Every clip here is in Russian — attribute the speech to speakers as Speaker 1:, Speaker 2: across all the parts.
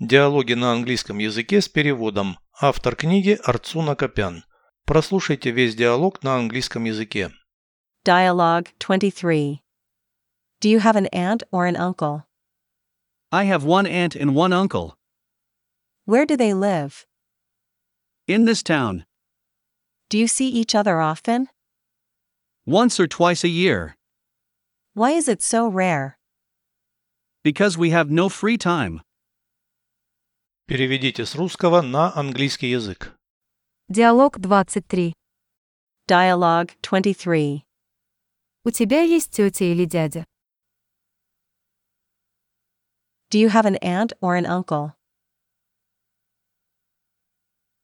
Speaker 1: Диалоги на английском языке с переводом. Автор книги Арцуна Копян. Прослушайте весь диалог на английском языке.
Speaker 2: Dialogue 23. Do you have an aunt or an uncle?
Speaker 3: I have one aunt and one uncle.
Speaker 2: Where do they live?
Speaker 3: In this town.
Speaker 2: Do you see each other often?
Speaker 3: Once or twice a year.
Speaker 2: Why is it so rare?
Speaker 3: Because we have no free time.
Speaker 1: Переведите с русского на английский язык.
Speaker 4: Диалог 23.
Speaker 2: Dialogue 23.
Speaker 4: У тебя есть тетя или дядя?
Speaker 2: Do you have an aunt or an uncle?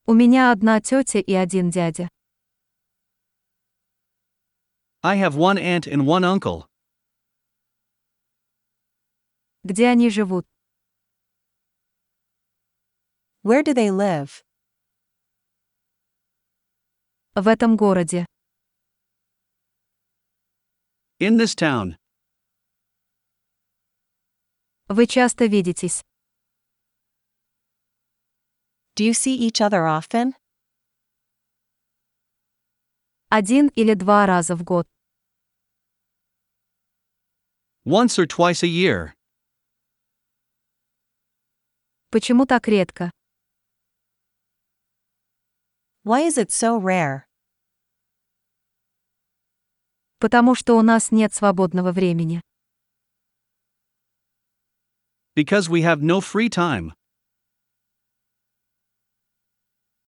Speaker 4: У меня одна тетя и один дядя.
Speaker 3: I have one aunt and one uncle.
Speaker 4: Где они живут?
Speaker 2: Where do they live?
Speaker 4: В этом городе.
Speaker 3: In this town.
Speaker 4: Вы часто видитесь.
Speaker 2: Do you see each other often?
Speaker 4: Один или два раза в год.
Speaker 3: Once or twice a year.
Speaker 4: Почему так редко?
Speaker 2: Why is it so rare?
Speaker 4: Потому что у нас нет свободного времени.
Speaker 3: Because we have no free time.